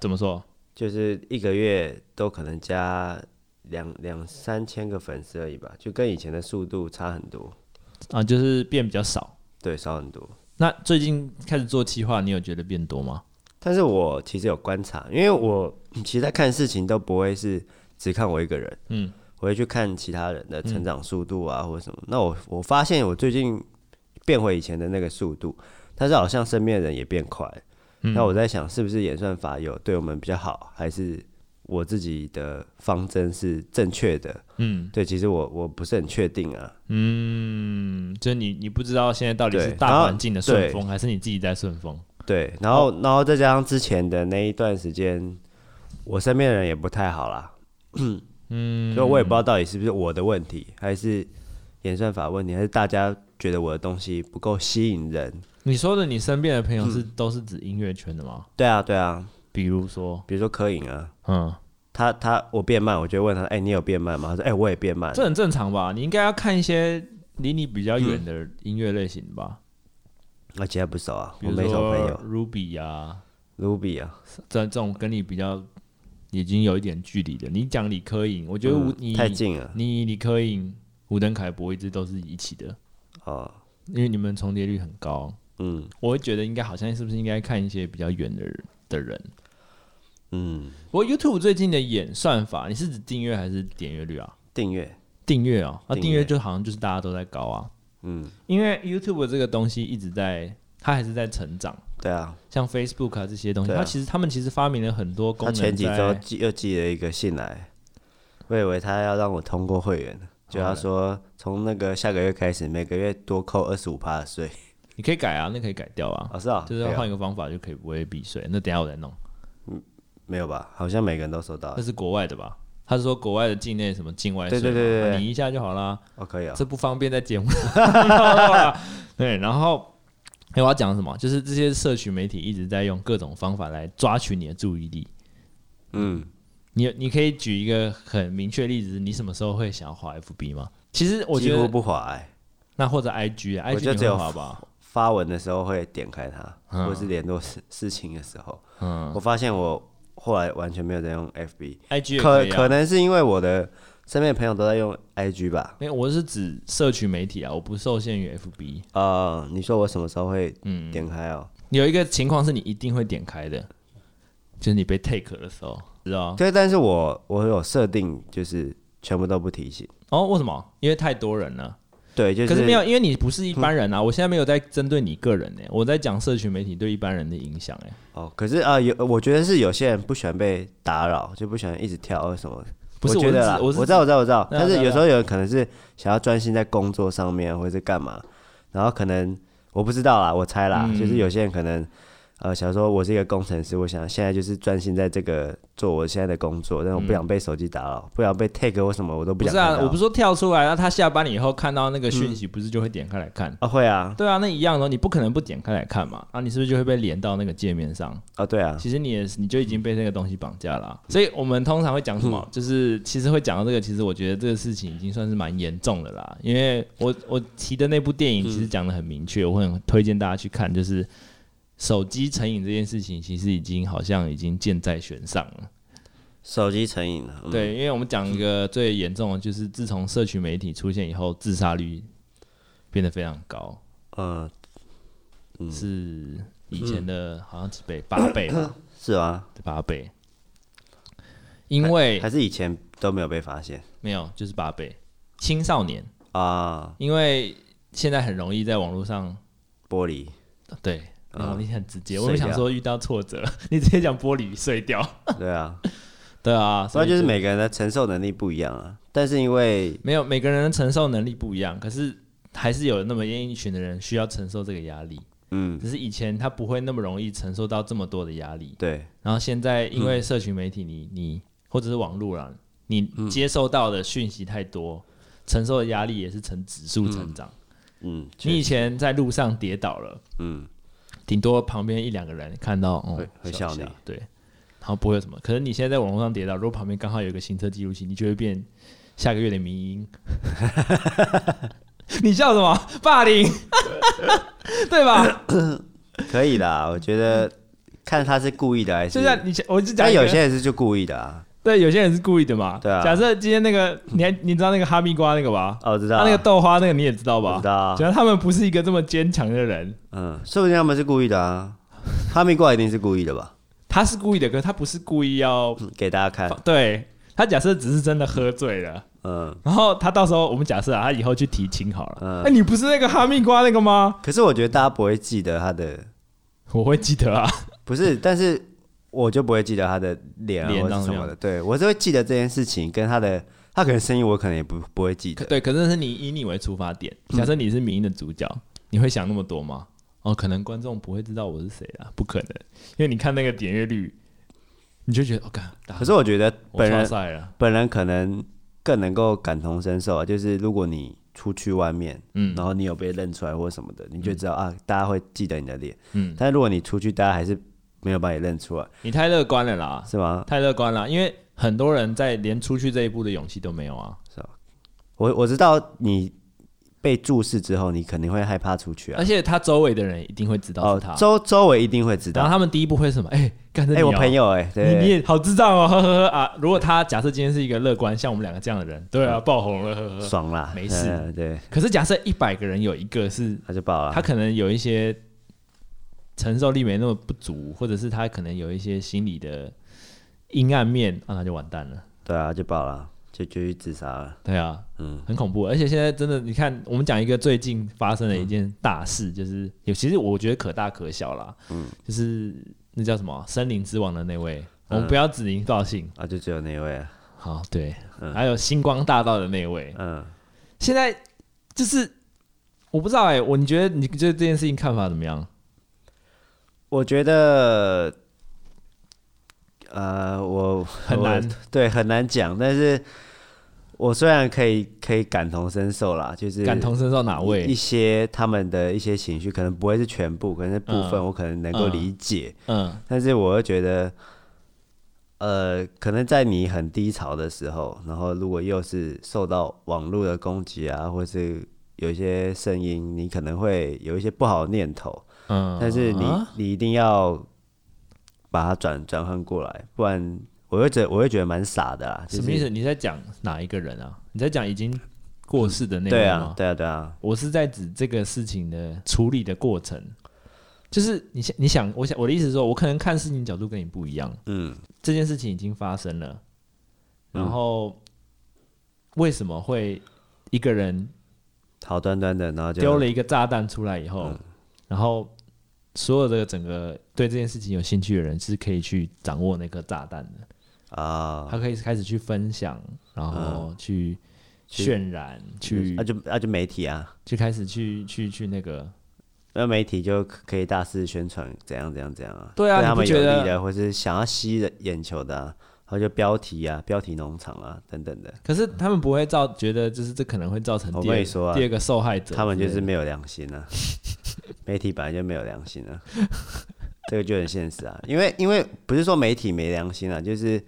[SPEAKER 3] 怎么说？
[SPEAKER 2] 就是一个月都可能加两两三千个粉丝而已吧，就跟以前的速度差很多，
[SPEAKER 3] 啊，就是变比较少。
[SPEAKER 2] 对，少很多。
[SPEAKER 3] 那最近开始做企划，你有觉得变多吗？
[SPEAKER 2] 但是我其实有观察，因为我 嗯其实在看事情都不会是只看我一个人，
[SPEAKER 3] 嗯，
[SPEAKER 2] 我会去看其他人的成长速度啊，或者什么。那我我发现我最近变回以前的那个速度，但是好像身边的人也变快。
[SPEAKER 3] 嗯
[SPEAKER 2] 那我在想，是不是演算法有对我们比较好，还是我自己的方针是正确的？
[SPEAKER 3] 嗯
[SPEAKER 2] 对，其实我我不是很确定啊。
[SPEAKER 3] 嗯，就是你你不知道现在到底是
[SPEAKER 2] 对然
[SPEAKER 3] 大
[SPEAKER 2] 后
[SPEAKER 3] 环境的顺风，还是你自己在顺风？
[SPEAKER 2] 对，然后、
[SPEAKER 3] 哦
[SPEAKER 2] 然后再加上之前的那一段时间，我身边的人也不太好啦，嗯，所以我也不知道到底是不是我的问题，还是演算法问题，还是大家觉得我的东西不够吸引人？
[SPEAKER 3] 你说的你身边的朋友是、
[SPEAKER 2] 嗯
[SPEAKER 3] 都是指音乐圈的吗？
[SPEAKER 2] 对啊，对啊，
[SPEAKER 3] 比如说，
[SPEAKER 2] 比如说柯颖啊，
[SPEAKER 3] 嗯，
[SPEAKER 2] 他他我变慢，我就问他，哎、你有变慢吗？他说，哎、我也变慢。
[SPEAKER 3] 这很正常吧？你应该要看一些离你比较
[SPEAKER 2] 嗯
[SPEAKER 3] 远的音乐类型吧，
[SPEAKER 2] 而且还不熟啊，
[SPEAKER 3] 比
[SPEAKER 2] 我
[SPEAKER 3] 如
[SPEAKER 2] 没什么朋
[SPEAKER 3] 说
[SPEAKER 2] 友。
[SPEAKER 3] Ruby 啊，
[SPEAKER 2] Ruby 啊，
[SPEAKER 3] 这这种跟你比较已经有一点距离的。你讲李科颖，我觉得吴
[SPEAKER 2] 嗯
[SPEAKER 3] 你
[SPEAKER 2] 太近了
[SPEAKER 3] 你李科颖、吴登凯博一直都是一起的，
[SPEAKER 2] 哦，
[SPEAKER 3] 因为你们重叠率很高。
[SPEAKER 2] 嗯
[SPEAKER 3] 我会觉得应该好像是不是应该看一些比较远的人的人。
[SPEAKER 2] 嗯，
[SPEAKER 3] 不过 YouTube 最近的演算法，你是指订阅还是点阅率啊？
[SPEAKER 2] 订阅，
[SPEAKER 3] 订阅哦，那
[SPEAKER 2] 订阅
[SPEAKER 3] 订阅就好像就是大家都在高啊，
[SPEAKER 2] 嗯，
[SPEAKER 3] 因为 YouTube 这个东西一直在，它还是在成长。
[SPEAKER 2] 对啊，
[SPEAKER 3] 像 Facebook 啊这些东西，
[SPEAKER 2] 对啊
[SPEAKER 3] 它其实他们其实发明了很多功
[SPEAKER 2] 他
[SPEAKER 3] 能在。
[SPEAKER 2] 前几周寄又寄了一个信来，我以为他要让我通过会员，就
[SPEAKER 3] 哦
[SPEAKER 2] 他说从那个下个月开始，每个月多扣二十五趴的税。
[SPEAKER 3] 你可以改啊，那可以改掉啊。
[SPEAKER 2] 哦，是啊，
[SPEAKER 3] 就是
[SPEAKER 2] 没
[SPEAKER 3] 要
[SPEAKER 2] 有
[SPEAKER 3] 换一个方法就可以不会避税。那等一下我再弄，
[SPEAKER 2] 没有吧？好像每个人都收到
[SPEAKER 3] 那。是国外的吧？他是说国外的境内什么境外税嘛，
[SPEAKER 2] 对对对对对
[SPEAKER 3] 啊你一下就好啦，
[SPEAKER 2] 哦，可以啊
[SPEAKER 3] 这。不方便 在节目 上。对，然后。哎、我要讲什么？就是这些社群媒体一直在用各种方法来抓取你的注意力。
[SPEAKER 2] 嗯，
[SPEAKER 3] 你你可以举一个很明确的例子，你什么时候会想要滑 FB 吗？其实我
[SPEAKER 2] 几
[SPEAKER 3] 觉
[SPEAKER 2] 乎
[SPEAKER 3] 得，
[SPEAKER 2] 不滑哎，
[SPEAKER 3] 那或者 IG 啊
[SPEAKER 2] 我
[SPEAKER 3] ，IG
[SPEAKER 2] 就
[SPEAKER 3] 你
[SPEAKER 2] 只
[SPEAKER 3] 会
[SPEAKER 2] 有
[SPEAKER 3] 滑吧？
[SPEAKER 2] 发文的时候会点开它，或是联络事事情的时候。
[SPEAKER 3] 嗯
[SPEAKER 2] 我发现我后来完全没有在用 FB，
[SPEAKER 3] ，IG 也
[SPEAKER 2] 可
[SPEAKER 3] 以
[SPEAKER 2] 可
[SPEAKER 3] 啊。
[SPEAKER 2] 能是因为我的身边的朋友都在用 IG 吧。
[SPEAKER 3] 没有，我是指社群媒体啊，我不受限于 FB。
[SPEAKER 2] 呃，你说我什么时候会
[SPEAKER 3] 嗯
[SPEAKER 2] 点开哦？
[SPEAKER 3] 有一个情况是你一定会点开的，就是你被 take 的时候，知道？
[SPEAKER 2] 对，但是我我有设定，就是全部都不提醒。
[SPEAKER 3] 哦，为什么？因为太多人了。
[SPEAKER 2] 对，就是
[SPEAKER 3] 可是没有，因为你不是一般人啊。我现在没有在针对你个人呢、欸我在讲社群媒体对一般人的影响哎、
[SPEAKER 2] 哦。可是啊、有我觉得是有些人不喜欢被打扰，就不喜欢一直跳啊或什么。
[SPEAKER 3] 不是
[SPEAKER 2] 我觉
[SPEAKER 3] 我是
[SPEAKER 2] 得
[SPEAKER 3] 指
[SPEAKER 2] 啦，
[SPEAKER 3] 我
[SPEAKER 2] 我
[SPEAKER 3] 是
[SPEAKER 2] 知道，我知道，我知道。
[SPEAKER 3] 对啊
[SPEAKER 2] 但是
[SPEAKER 3] 对啊
[SPEAKER 2] 有时候有人可能是想要专心在工作上面，或者是干嘛，然后可能我不知道啦，我猜啦，
[SPEAKER 3] 嗯
[SPEAKER 2] 就是有些人可能呃想说，我是一个工程师，我想现在就是专心在这个做我现在的工作，但我不想被手机打扰，不想被 take 或什么，我都不
[SPEAKER 3] 嗯不
[SPEAKER 2] 想
[SPEAKER 3] 是
[SPEAKER 2] 看
[SPEAKER 3] 啊，
[SPEAKER 2] 到。
[SPEAKER 3] 我不是说跳出来，那他下班以后看到那个讯息，不是就会点开来看？
[SPEAKER 2] 啊，会啊，
[SPEAKER 3] 对啊，那一样的，你不可能不点开来看嘛。啊，你是不是就会被连到那个界面上？
[SPEAKER 2] 啊，对啊，
[SPEAKER 3] 其实你也是，你就已经被那个东西绑架了啊、所以我们通常会讲什
[SPEAKER 2] 嗯
[SPEAKER 3] 么？就是其实会讲到这个，其实我觉得这个事情已经算是蛮严重的啦。因为我我提的那部电
[SPEAKER 2] 嗯
[SPEAKER 3] 影其实讲的很明确，我会很推荐大家去看，就是手机成瘾这件事情，其实已经好像已经箭在弦上了。
[SPEAKER 2] 手机成瘾了。嗯，
[SPEAKER 3] 对，因为我们讲一个最严重的，就是自从社群媒体出现以后，自杀率变得非常高，
[SPEAKER 2] 嗯，
[SPEAKER 3] 是以前的好像几 倍，八倍吧，
[SPEAKER 2] 是啊，
[SPEAKER 3] 八倍。因为
[SPEAKER 2] 还是以前都没有被发现
[SPEAKER 3] 没有，就是八倍青少年，
[SPEAKER 2] 啊？
[SPEAKER 3] 因为现在很容易在网络上
[SPEAKER 2] 玻璃
[SPEAKER 3] 对。然后你很直接，
[SPEAKER 2] 嗯碎
[SPEAKER 3] 我就想
[SPEAKER 2] 掉
[SPEAKER 3] 说遇到挫折， 你直接讲玻璃碎掉。
[SPEAKER 2] 对啊，
[SPEAKER 3] 对啊，
[SPEAKER 2] 所以就是
[SPEAKER 3] 就
[SPEAKER 2] 每个人的承受能力不一样啊。但是因为
[SPEAKER 3] 没有每个人的承受能力不一样，可是还是有那么一群的人需要承受这个压力。
[SPEAKER 2] 嗯，
[SPEAKER 3] 只是以前他不会那么容易承受到这么多的压力，
[SPEAKER 2] 对
[SPEAKER 3] 然后现在因为社群媒体你，
[SPEAKER 2] 嗯
[SPEAKER 3] 你或者是网络啦，你接收到的讯息太多，承受的压力也是呈指数成长。
[SPEAKER 2] 嗯，
[SPEAKER 3] 你以前在路上跌倒了，
[SPEAKER 2] 嗯
[SPEAKER 3] 顶多旁边一两个人看到，哦、
[SPEAKER 2] 会会
[SPEAKER 3] 笑
[SPEAKER 2] 笑你
[SPEAKER 3] 一下对，然后不会有什么。可是你现在在网络上跌倒，如果旁边刚好有一个行车记录器，你就会变下个月的迷 音。你笑什么？霸凌，对吧？
[SPEAKER 2] 可以啦。我觉得看他是故意的还是
[SPEAKER 3] 就，像你前，我就讲
[SPEAKER 2] 但
[SPEAKER 3] 一个
[SPEAKER 2] 有些人是就故意的啊。
[SPEAKER 3] 对，有些人是故意的嘛。
[SPEAKER 2] 对啊
[SPEAKER 3] 假设今天那个，你还你知道那个哈密瓜那个吧？
[SPEAKER 2] 哦，我知
[SPEAKER 3] 他、
[SPEAKER 2] 道啊，
[SPEAKER 3] 那个豆花那个你也知道
[SPEAKER 2] 我
[SPEAKER 3] 吧？
[SPEAKER 2] 知道啊
[SPEAKER 3] 只要他们不是一个这么坚强的人，
[SPEAKER 2] 嗯，说不定他们是故意的啊，哈密瓜一定是故意的吧？
[SPEAKER 3] 他是故意的，可是他不是故意要。
[SPEAKER 2] 嗯给大家看，
[SPEAKER 3] 对他假设只是真的喝醉了，
[SPEAKER 2] 嗯，
[SPEAKER 3] 然后他到时候我们假设啊，他以后去提亲好了。哎、
[SPEAKER 2] 嗯
[SPEAKER 3] 你不是那个哈密瓜那个吗？
[SPEAKER 2] 可是我觉得大家不会记得他的，
[SPEAKER 3] 我会记得啊。
[SPEAKER 2] 不是，但是我就不会记得他的脸啊
[SPEAKER 3] 脸
[SPEAKER 2] 或
[SPEAKER 3] 长
[SPEAKER 2] 者
[SPEAKER 3] 什
[SPEAKER 2] 什
[SPEAKER 3] 么样
[SPEAKER 2] 么的，对我只会记得这件事情跟他的，他可能声音我可能也不不会记
[SPEAKER 3] 可
[SPEAKER 2] 得，
[SPEAKER 3] 对，可是是你以你为出发点，假设你是名义的主角，你会想那么多吗？哦，可能观众不会知道我是谁啦，不可能，因为你看那个点阅率，你就觉得，哦，干，打
[SPEAKER 2] 可是我觉得
[SPEAKER 3] 我
[SPEAKER 2] 本
[SPEAKER 3] 超啊
[SPEAKER 2] 人
[SPEAKER 3] 赛了，
[SPEAKER 2] 本人可能更能够感同身受啊，就是如果你出去外面，
[SPEAKER 3] 嗯
[SPEAKER 2] 然后你有被认出来或什么的，你就知道、啊，大家会记得你的脸。
[SPEAKER 3] 嗯，
[SPEAKER 2] 但如果你出去，大家还是没有把你认出来，
[SPEAKER 3] 你太乐观了啦，
[SPEAKER 2] 是吗？
[SPEAKER 3] 太乐观了，因为很多人在连出去这一步的勇气都没有啊，
[SPEAKER 2] 我我知道你被注视之后，你肯定会害怕出去啊
[SPEAKER 3] 而。且他周围的人一定会哎知道
[SPEAKER 2] 哦
[SPEAKER 3] 是他，，
[SPEAKER 2] 周周围一定会知
[SPEAKER 3] 然后
[SPEAKER 2] 道。
[SPEAKER 3] 他们第一步会是什么？哎，干这
[SPEAKER 2] 哎、我朋。友哎、
[SPEAKER 3] 你
[SPEAKER 2] 对
[SPEAKER 3] 你也好智障哦，呵呵呵啊！如果他假设今天是一个乐观，像我们两个这样的人，对
[SPEAKER 2] 嗯
[SPEAKER 3] 啊，爆红了，呵呵呵。
[SPEAKER 2] 爽啦，
[SPEAKER 3] 没事
[SPEAKER 2] 嗯对，
[SPEAKER 3] 可是假设一百个人有一个是
[SPEAKER 2] 他就爆了。
[SPEAKER 3] 他可能有一些承受力没那么不足，或者是他可能有一些心理的阴暗面，啊，那就完蛋了。
[SPEAKER 2] 对啊，就爆了，就就去自杀了。
[SPEAKER 3] 对啊，
[SPEAKER 2] 嗯，
[SPEAKER 3] 很恐怖。而且现在真的，你看，我们讲一个最近发生的一件大事，就是有其实我觉得可大可小啦。嗯，就是那叫什么啊《森林之王》的那位，
[SPEAKER 2] 嗯
[SPEAKER 3] 我们不要指名道姓。
[SPEAKER 2] 啊，就只有那一位啊。
[SPEAKER 3] 好，对，
[SPEAKER 2] 嗯
[SPEAKER 3] 还有星光大道的那位，
[SPEAKER 2] 嗯，
[SPEAKER 3] 现在就是我不知道哎、我你觉得你对这件事情看法怎么样？
[SPEAKER 2] 我觉得，呃，我
[SPEAKER 3] 很难，
[SPEAKER 2] 我对，很难讲。但是，我虽然可以可以感同身受啦，就是
[SPEAKER 3] 感同身受哪位
[SPEAKER 2] 呃一？些他们的一些情绪，可能不会是全部，可能是部分，
[SPEAKER 3] 嗯
[SPEAKER 2] 我可能能够
[SPEAKER 3] 嗯
[SPEAKER 2] 理解。
[SPEAKER 3] 嗯
[SPEAKER 2] 但是，我又觉得，呃，可能在你很低潮的时候，然后如果又是受到网络的攻击啊，或是有一些声音，你可能会有一些不好的念头。
[SPEAKER 3] 嗯，
[SPEAKER 2] 但是你、
[SPEAKER 3] 啊
[SPEAKER 2] 你一定要把它转转换过来，不然我会觉得我会觉得蛮傻的啦。就是
[SPEAKER 3] 什么意思？？你在讲哪一个人啊？你在讲已经过世的那个
[SPEAKER 2] 对
[SPEAKER 3] 人哦
[SPEAKER 2] 啊
[SPEAKER 3] 吗，？
[SPEAKER 2] 对啊，对啊，
[SPEAKER 3] 我是在指这个事情的处理的过程。就是你想，你想，我想我的意思是说，我可能看事情角度跟你不一样。
[SPEAKER 2] 嗯，
[SPEAKER 3] 这件事情已经发生了，然
[SPEAKER 2] 嗯
[SPEAKER 3] 后、为什么会一个人
[SPEAKER 2] 好端端的，然后就
[SPEAKER 3] 丢了一个炸弹出来以后，然后所有的整个对这件事情有兴趣的人是可以去掌握那颗炸弹的。
[SPEAKER 2] 啊，
[SPEAKER 3] 他可以开始去分享，然后嗯去渲染，去呃
[SPEAKER 2] 那就那就媒体啊，
[SPEAKER 3] 去开始去去去那个，
[SPEAKER 2] 那媒体就可可以大肆宣传怎样怎样怎样啊，
[SPEAKER 3] 对啊你
[SPEAKER 2] 他
[SPEAKER 3] 不
[SPEAKER 2] 们有
[SPEAKER 3] 觉得
[SPEAKER 2] 利的，或是想要吸人眼球的、啊，然后就标题啊、标题农场啊等等的，
[SPEAKER 3] 可是他们哦不会造，觉得就是这可能会造成
[SPEAKER 2] 我
[SPEAKER 3] 第
[SPEAKER 2] 跟
[SPEAKER 3] 二
[SPEAKER 2] 你说啊
[SPEAKER 3] 第二个受害者之类的，
[SPEAKER 2] 他们就是没有良心啊， 媒体本来就没有良心啊， 这个就很现实啊。因为因为不是说媒体没良心啊，就是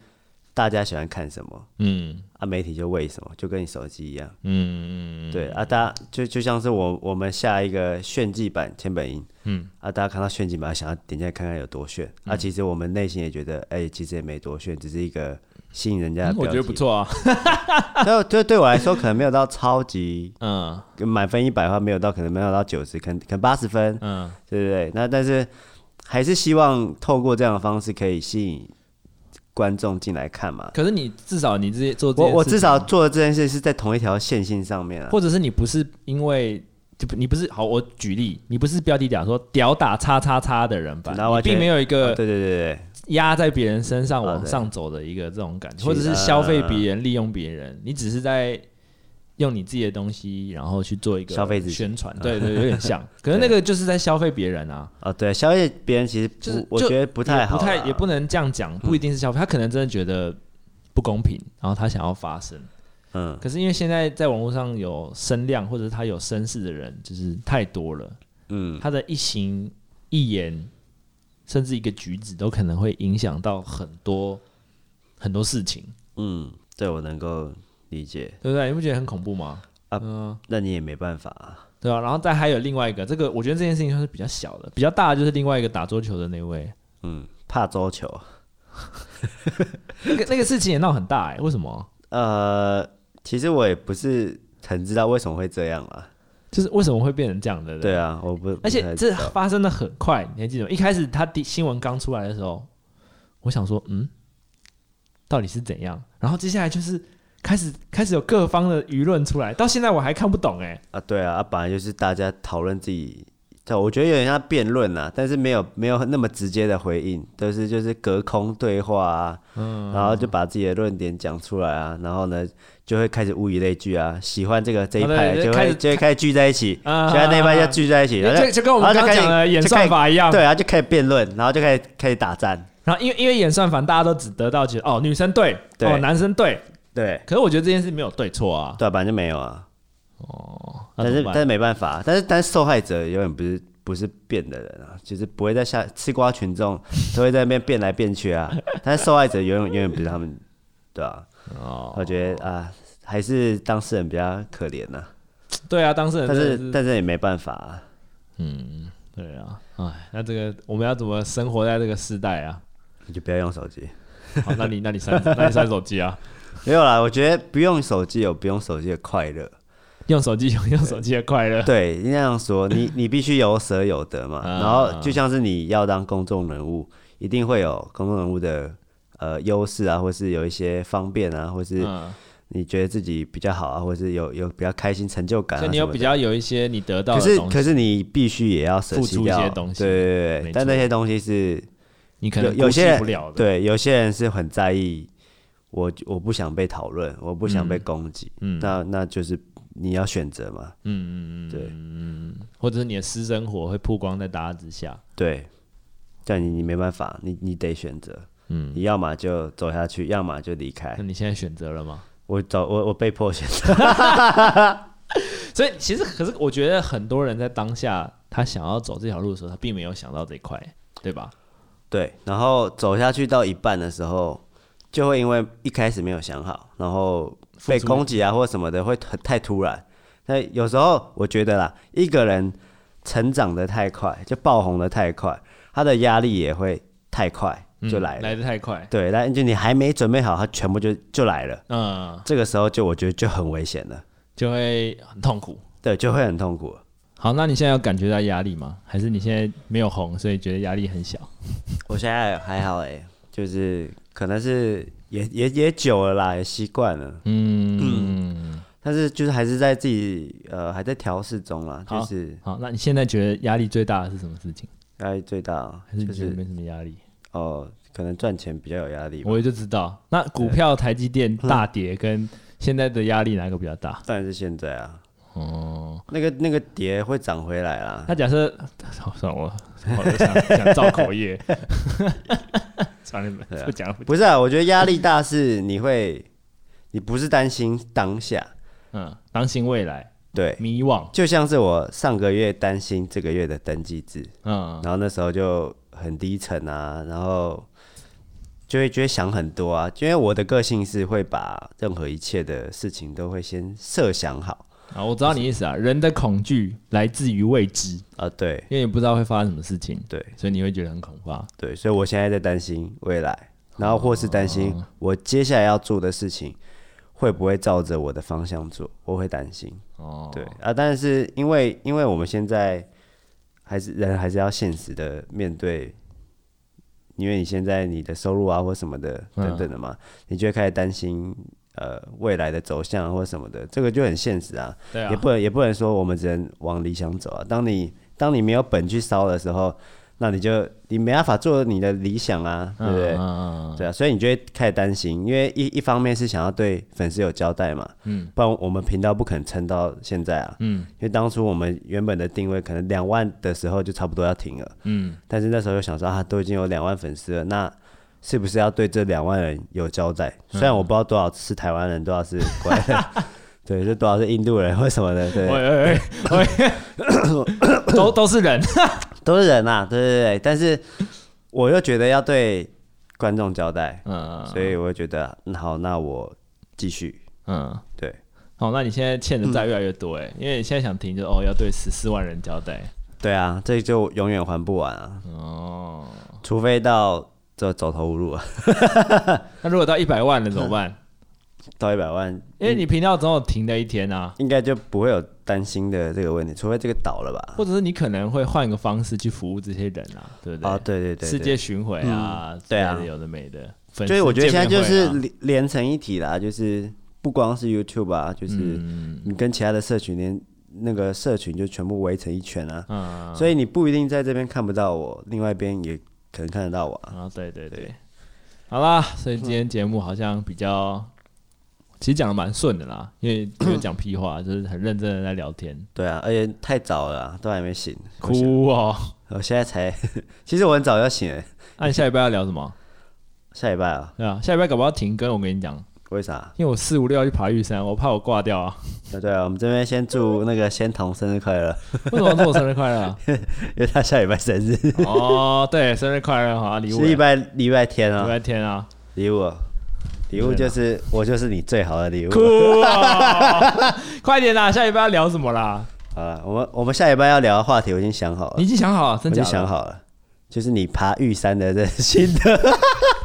[SPEAKER 2] 大家喜欢看什么
[SPEAKER 3] 嗯
[SPEAKER 2] 啊，媒体就喂什么，就跟你手机一样。
[SPEAKER 3] 嗯嗯
[SPEAKER 2] 对啊，大家就就像是我我们下一个炫技版千本樱，
[SPEAKER 3] 嗯，
[SPEAKER 2] 啊，大家看到炫技版想要点进来看看有多炫，啊，其实我们内心也觉得，哎、其实也没多炫，只是一个吸引人家的
[SPEAKER 3] 嗯，
[SPEAKER 2] 标
[SPEAKER 3] 我
[SPEAKER 2] 题。
[SPEAKER 3] 觉得不。错啊，
[SPEAKER 2] 但 对对我来说，可能没有到超级
[SPEAKER 3] 嗯
[SPEAKER 2] 满分一百的话，没有到可能没有到九十，可能可能八十分，
[SPEAKER 3] 嗯，
[SPEAKER 2] 对对对，那但是还是希望透过这样的方式可以吸引观众进来看嘛。
[SPEAKER 3] 可是你至少你自己做这
[SPEAKER 2] 我
[SPEAKER 3] 件
[SPEAKER 2] 我
[SPEAKER 3] 事
[SPEAKER 2] 至
[SPEAKER 3] 情
[SPEAKER 2] 少
[SPEAKER 3] 啊，
[SPEAKER 2] 做的这件事是在同一条线性上面啊。
[SPEAKER 3] 或者是你不是因为。就不你不是好，我举例，你不是标题讲说屌打叉叉叉的人吧？
[SPEAKER 2] 那完
[SPEAKER 3] 你并
[SPEAKER 2] 全
[SPEAKER 3] 没有一个
[SPEAKER 2] 啊对对对对，
[SPEAKER 3] 压在别人身上
[SPEAKER 2] 啊
[SPEAKER 3] 往
[SPEAKER 2] 对啊
[SPEAKER 3] 上走的一个这种感觉，
[SPEAKER 2] 去
[SPEAKER 3] 或者是消费别人、利用别人，你只是在用你自己的东西，然后去做一个
[SPEAKER 2] 消费自己啊
[SPEAKER 3] 宣传，对对，有 点像。可是那个就是在消费别人啊，
[SPEAKER 2] 哦对，消费别人其实
[SPEAKER 3] 就是
[SPEAKER 2] 不我
[SPEAKER 3] 就
[SPEAKER 2] 觉得不太好嗯
[SPEAKER 3] 也
[SPEAKER 2] 啦，
[SPEAKER 3] 不太也不能这样讲，不一定是消费，他可能真的觉得不公平，然后他想要发声。
[SPEAKER 2] 嗯
[SPEAKER 3] 可是因为现在在网络上有声量，或者是他有声势的人，就是太多了，
[SPEAKER 2] 嗯
[SPEAKER 3] 他的一行一言，甚至一个举止，都可能会影响到很多很多事情，
[SPEAKER 2] 嗯，对我能够理解，
[SPEAKER 3] 对不对？你不觉得很恐怖吗？
[SPEAKER 2] 啊
[SPEAKER 3] 嗯，
[SPEAKER 2] 那你也没办法啊。
[SPEAKER 3] 对啊。然后再还有另外一个，这个我觉得这件事情算是比较小的，比较大的就是另外一个打桌球的那位，
[SPEAKER 2] 嗯，怕桌球，
[SPEAKER 3] 那个那个事情也闹很大哎、为什么？
[SPEAKER 2] 呃，其实我也不是很知道为什么会这样啊。
[SPEAKER 3] 就是为什么会变成这样的？不
[SPEAKER 2] 对，啊，我不，
[SPEAKER 3] 而
[SPEAKER 2] 不
[SPEAKER 3] 且
[SPEAKER 2] 太知
[SPEAKER 3] 这
[SPEAKER 2] 道
[SPEAKER 3] 发生的很快，你还记得吗？一开始他第新闻刚出来的时候，我想说，嗯，到底是怎样？然后接下来就是开始开始有各方的舆论出来，到现在我还看不懂哎、
[SPEAKER 2] 啊，对啊，啊，本来就是大家讨论自己，对，我觉得有点像辩论啊，但是没有没有那么直接的回应，都是就是隔空对话啊，
[SPEAKER 3] 嗯
[SPEAKER 2] 然后就把自己的论点讲出来啊，然后呢就会开始物以类聚啊，喜欢这个这一
[SPEAKER 3] 啊对
[SPEAKER 2] 派
[SPEAKER 3] 就
[SPEAKER 2] 就
[SPEAKER 3] 开始
[SPEAKER 2] 会就会开始聚在一起，喜
[SPEAKER 3] 啊
[SPEAKER 2] 欢那一派
[SPEAKER 3] 啊啊
[SPEAKER 2] 就聚在一起，然后
[SPEAKER 3] 就就跟我们
[SPEAKER 2] 然
[SPEAKER 3] 刚
[SPEAKER 2] 后
[SPEAKER 3] 刚
[SPEAKER 2] 就开始
[SPEAKER 3] 讲的演算法啊一样。
[SPEAKER 2] 对，然后就开始辩论，然后就开始开始打战，
[SPEAKER 3] 然后因为因为演算法大家都只得到觉得哦女生对，
[SPEAKER 2] 对
[SPEAKER 3] 哦男生对，
[SPEAKER 2] 对
[SPEAKER 3] 可是我觉得这件事没有对错啊。
[SPEAKER 2] 对啊，本来就没有啊，
[SPEAKER 3] 那
[SPEAKER 2] 但
[SPEAKER 3] 怎
[SPEAKER 2] 是
[SPEAKER 3] 么办
[SPEAKER 2] 但是没办法，啊但是但是受害者永远不是不是变的人啊，就是不会在下吃瓜群众 都会在那边变来变去啊，但是受害者永远永远不是他们，对啊，
[SPEAKER 3] 哦，
[SPEAKER 2] 我觉得啊还是当事人比较可怜呐、
[SPEAKER 3] 对啊，当事人
[SPEAKER 2] 但
[SPEAKER 3] 真的
[SPEAKER 2] 是但是也没办法、啊，
[SPEAKER 3] 对啊，哎，那这个我们要怎么生活在这个时代啊？
[SPEAKER 2] 你就不要用手机，
[SPEAKER 3] 好，那你那你删那你删手机啊，
[SPEAKER 2] 没有啦，我觉得不用手机有不用手机的快乐，
[SPEAKER 3] 用手机有用手机的快乐。
[SPEAKER 2] 对，应该这样说，你 你必须有舍有得嘛。
[SPEAKER 3] 啊
[SPEAKER 2] 然后就像是你要当公众人物，一定会有公众人物的呃优势啊，或是有一些方便啊，或是
[SPEAKER 3] 嗯，
[SPEAKER 2] 你觉得自己比较好啊，或是有有比较开心成就感、啊。
[SPEAKER 3] 所以你有比，较有一些你得到
[SPEAKER 2] 可
[SPEAKER 3] 的
[SPEAKER 2] 是
[SPEAKER 3] 东西，
[SPEAKER 2] 可是你必须也要舍
[SPEAKER 3] 付
[SPEAKER 2] 弃
[SPEAKER 3] 出一
[SPEAKER 2] 掉
[SPEAKER 3] 些东西
[SPEAKER 2] 对对对
[SPEAKER 3] 没
[SPEAKER 2] 对，但
[SPEAKER 3] 错
[SPEAKER 2] 那些东西是
[SPEAKER 3] 你可
[SPEAKER 2] 有
[SPEAKER 3] 能
[SPEAKER 2] 有些
[SPEAKER 3] 顾及不了
[SPEAKER 2] 人
[SPEAKER 3] 的。
[SPEAKER 2] 对有些人是很在意，我我不想被讨论，我不想被攻击，
[SPEAKER 3] 嗯
[SPEAKER 2] 那那就是你要选择嘛，
[SPEAKER 3] 嗯嗯嗯，
[SPEAKER 2] 对
[SPEAKER 3] 嗯，或者是你的私生活会曝光在大家之下。
[SPEAKER 2] 对，但你你没办法，你你得选择，
[SPEAKER 3] 嗯，
[SPEAKER 2] 你要么就走下去，要么就离开
[SPEAKER 3] 那。你现在选择了吗？
[SPEAKER 2] 我走，我我被迫选择。
[SPEAKER 3] 所以其实可是我觉得很多人在当下他想要走这条路的时候，他并没有想到这一块，对吧？
[SPEAKER 2] 对，然后走下去到一半的时候，就会因为一开始没有想好，然后被
[SPEAKER 3] 付出
[SPEAKER 2] 攻击啊或什么的，会很太突然。那有时候我觉得啦，一个人成长的太快，就爆红的太快，他的压力也会太快
[SPEAKER 3] 嗯
[SPEAKER 2] 就来了。
[SPEAKER 3] 来的太快。
[SPEAKER 2] 对，但就你还没准备好，他全部就就来了。
[SPEAKER 3] 嗯，
[SPEAKER 2] 这个时候就我觉得就很危险了，
[SPEAKER 3] 就会很痛苦。
[SPEAKER 2] 对，就会很痛苦。
[SPEAKER 3] 好，那你现在有感觉到压力吗？还是你现在没有红，所以觉得压力很小？
[SPEAKER 2] 我现在还好哎、就是可能是也也也久了啦，也习惯了，
[SPEAKER 3] 嗯，
[SPEAKER 2] 但是就是还是在自己呃还在调试中啦，
[SPEAKER 3] 好
[SPEAKER 2] 就是
[SPEAKER 3] 好，那你现在觉得压力最大的是什么事情？
[SPEAKER 2] 压力最大
[SPEAKER 3] 还是
[SPEAKER 2] 就
[SPEAKER 3] 你觉得
[SPEAKER 2] 是
[SPEAKER 3] 没什么压力？
[SPEAKER 2] 哦、可能赚钱比较有压力吧，
[SPEAKER 3] 我也就知道，那股票台积电大跌跟现在的压力哪个比较大？
[SPEAKER 2] 当然是现在啊，
[SPEAKER 3] 哦，
[SPEAKER 2] 那个那个碟会涨回来啦，
[SPEAKER 3] 那假设，好算了我，我想想造口业， 算了你们
[SPEAKER 2] 对啊
[SPEAKER 3] 不讲了不讲，
[SPEAKER 2] 不是啊，我觉得压力大是你会你不是担心当下，
[SPEAKER 3] 嗯，当心未来
[SPEAKER 2] 对，
[SPEAKER 3] 迷惘，
[SPEAKER 2] 就像是我上个月担心这个月的登记制，
[SPEAKER 3] 嗯
[SPEAKER 2] 然后那时候就很低沉啊，然后就会就会想很多啊，因为我的个性是会把任何一切的事情都会先设想好
[SPEAKER 3] 啊，我知道你意思啊，人的恐惧来自于未知，
[SPEAKER 2] 啊，对
[SPEAKER 3] 因为你不知道会发生什么事情，
[SPEAKER 2] 对
[SPEAKER 3] 所以你会觉得很恐怕。
[SPEAKER 2] 对，所以我现在在担心未来，
[SPEAKER 3] 哦
[SPEAKER 2] 然后或是担心我接下来要做的事情会不会照着我的方向做，我会担心，
[SPEAKER 3] 哦，
[SPEAKER 2] 对啊，但是因为因为我们现在还是人还是要现实的面对，因为你现在你的收入啊或什么的
[SPEAKER 3] 嗯
[SPEAKER 2] 等等的嘛，你就会开始担心呃未来的走向啊或什么的，这个就很现实啊，
[SPEAKER 3] 对
[SPEAKER 2] 也
[SPEAKER 3] 啊，
[SPEAKER 2] 不能也不能说我们只能往理想走啊。当你当你没有本去烧的时候，那你就你没办法做你的理想啊，对不对？
[SPEAKER 3] 嗯嗯嗯
[SPEAKER 2] 对啊，所以你就会开始担心，因为一一方面是想要对粉丝有交代嘛，嗯，不然我们频道不可能撑到现在啊，嗯，因为当初我们原本的定位可能两万的时候就差不多要停了，
[SPEAKER 3] 嗯，
[SPEAKER 2] 但是那时候又想说啊，都已经有两万粉丝了，那是不是要对这两万人有交代？虽
[SPEAKER 3] 嗯
[SPEAKER 2] 然我不知道多少是台湾人，多少是国 外人，对，这多少是印度人或什么的，对，
[SPEAKER 3] 喂喂喂 喂，哎都都是人，
[SPEAKER 2] 都是人啊，对对对，但是我又觉得要对观众交代，
[SPEAKER 3] 嗯
[SPEAKER 2] 所以我就觉得嗯好，那我继续。
[SPEAKER 3] 嗯。
[SPEAKER 2] 对，
[SPEAKER 3] 好，那你现在欠的
[SPEAKER 2] 嗯
[SPEAKER 3] 债越来越多哎、因为你现在想停就哦，要对十四万人交代嗯
[SPEAKER 2] 对啊，这就永远还不完啊，
[SPEAKER 3] 哦，
[SPEAKER 2] 除非到这走投无路啊，
[SPEAKER 3] 那如果到一百万了
[SPEAKER 2] 嗯
[SPEAKER 3] 怎么办？
[SPEAKER 2] 到一百万
[SPEAKER 3] 因为你频道总有停的一天啊，
[SPEAKER 2] 应该就不会有担心的这个问题，除非这个倒了吧？
[SPEAKER 3] 或者是你可能会换一个方式去服务这些人啊，对不对？
[SPEAKER 2] 啊，对对对对，
[SPEAKER 3] 世界巡回啊，之类的
[SPEAKER 2] 对啊
[SPEAKER 3] 有的没的。粉
[SPEAKER 2] 所以
[SPEAKER 3] 丝
[SPEAKER 2] 我觉得现在就
[SPEAKER 3] 见面
[SPEAKER 2] 是
[SPEAKER 3] 会啊
[SPEAKER 2] 连连成一体啦，就是不光是 YouTube 啊，就是
[SPEAKER 3] 嗯
[SPEAKER 2] 你跟其他的社群连那个社群就全部围成一圈啊，
[SPEAKER 3] 嗯，
[SPEAKER 2] 所以你不一定在这边看不到我，另外一边也可能看得到我啊。
[SPEAKER 3] 啊，对对对，好啦，所以今天节目好像比较，其实讲的蛮顺的啦，因为没有讲屁话，就是很认真的在聊天，
[SPEAKER 2] 对啊，而且太早了啊，都还没醒，我现
[SPEAKER 3] 哭 哦。
[SPEAKER 2] 我现在才，其实我很早要醒欸，
[SPEAKER 3] 那你下礼拜要聊什么？
[SPEAKER 2] 下礼拜啊，
[SPEAKER 3] 对啊，下礼拜搞不好停更，我跟你讲，
[SPEAKER 2] 为啥？
[SPEAKER 3] 因为我四五六要去爬玉山，我怕我挂 掉啊。
[SPEAKER 2] 啊对啊，我们这边先祝那个仙童生日快乐，
[SPEAKER 3] 为什么祝我生日快
[SPEAKER 2] 啊
[SPEAKER 3] 乐？
[SPEAKER 2] 因为他下礼拜生日，
[SPEAKER 3] 哦，对，生日快乐哈，礼物啊
[SPEAKER 2] 是礼
[SPEAKER 3] 礼
[SPEAKER 2] 拜礼拜天啊，
[SPEAKER 3] 拜天啊，
[SPEAKER 2] 礼物啊，礼物就是我就是你最好的礼物。
[SPEAKER 3] 哭啊！ 快点啦，下礼拜要聊什么啦？
[SPEAKER 2] 好了，我们我们下礼拜要聊的话题我已经想好了，
[SPEAKER 3] 你已经想好了，
[SPEAKER 2] 哦我
[SPEAKER 3] 真
[SPEAKER 2] 已
[SPEAKER 3] 假
[SPEAKER 2] 经
[SPEAKER 3] 的？
[SPEAKER 2] 想好了，就是你爬玉山的这心得。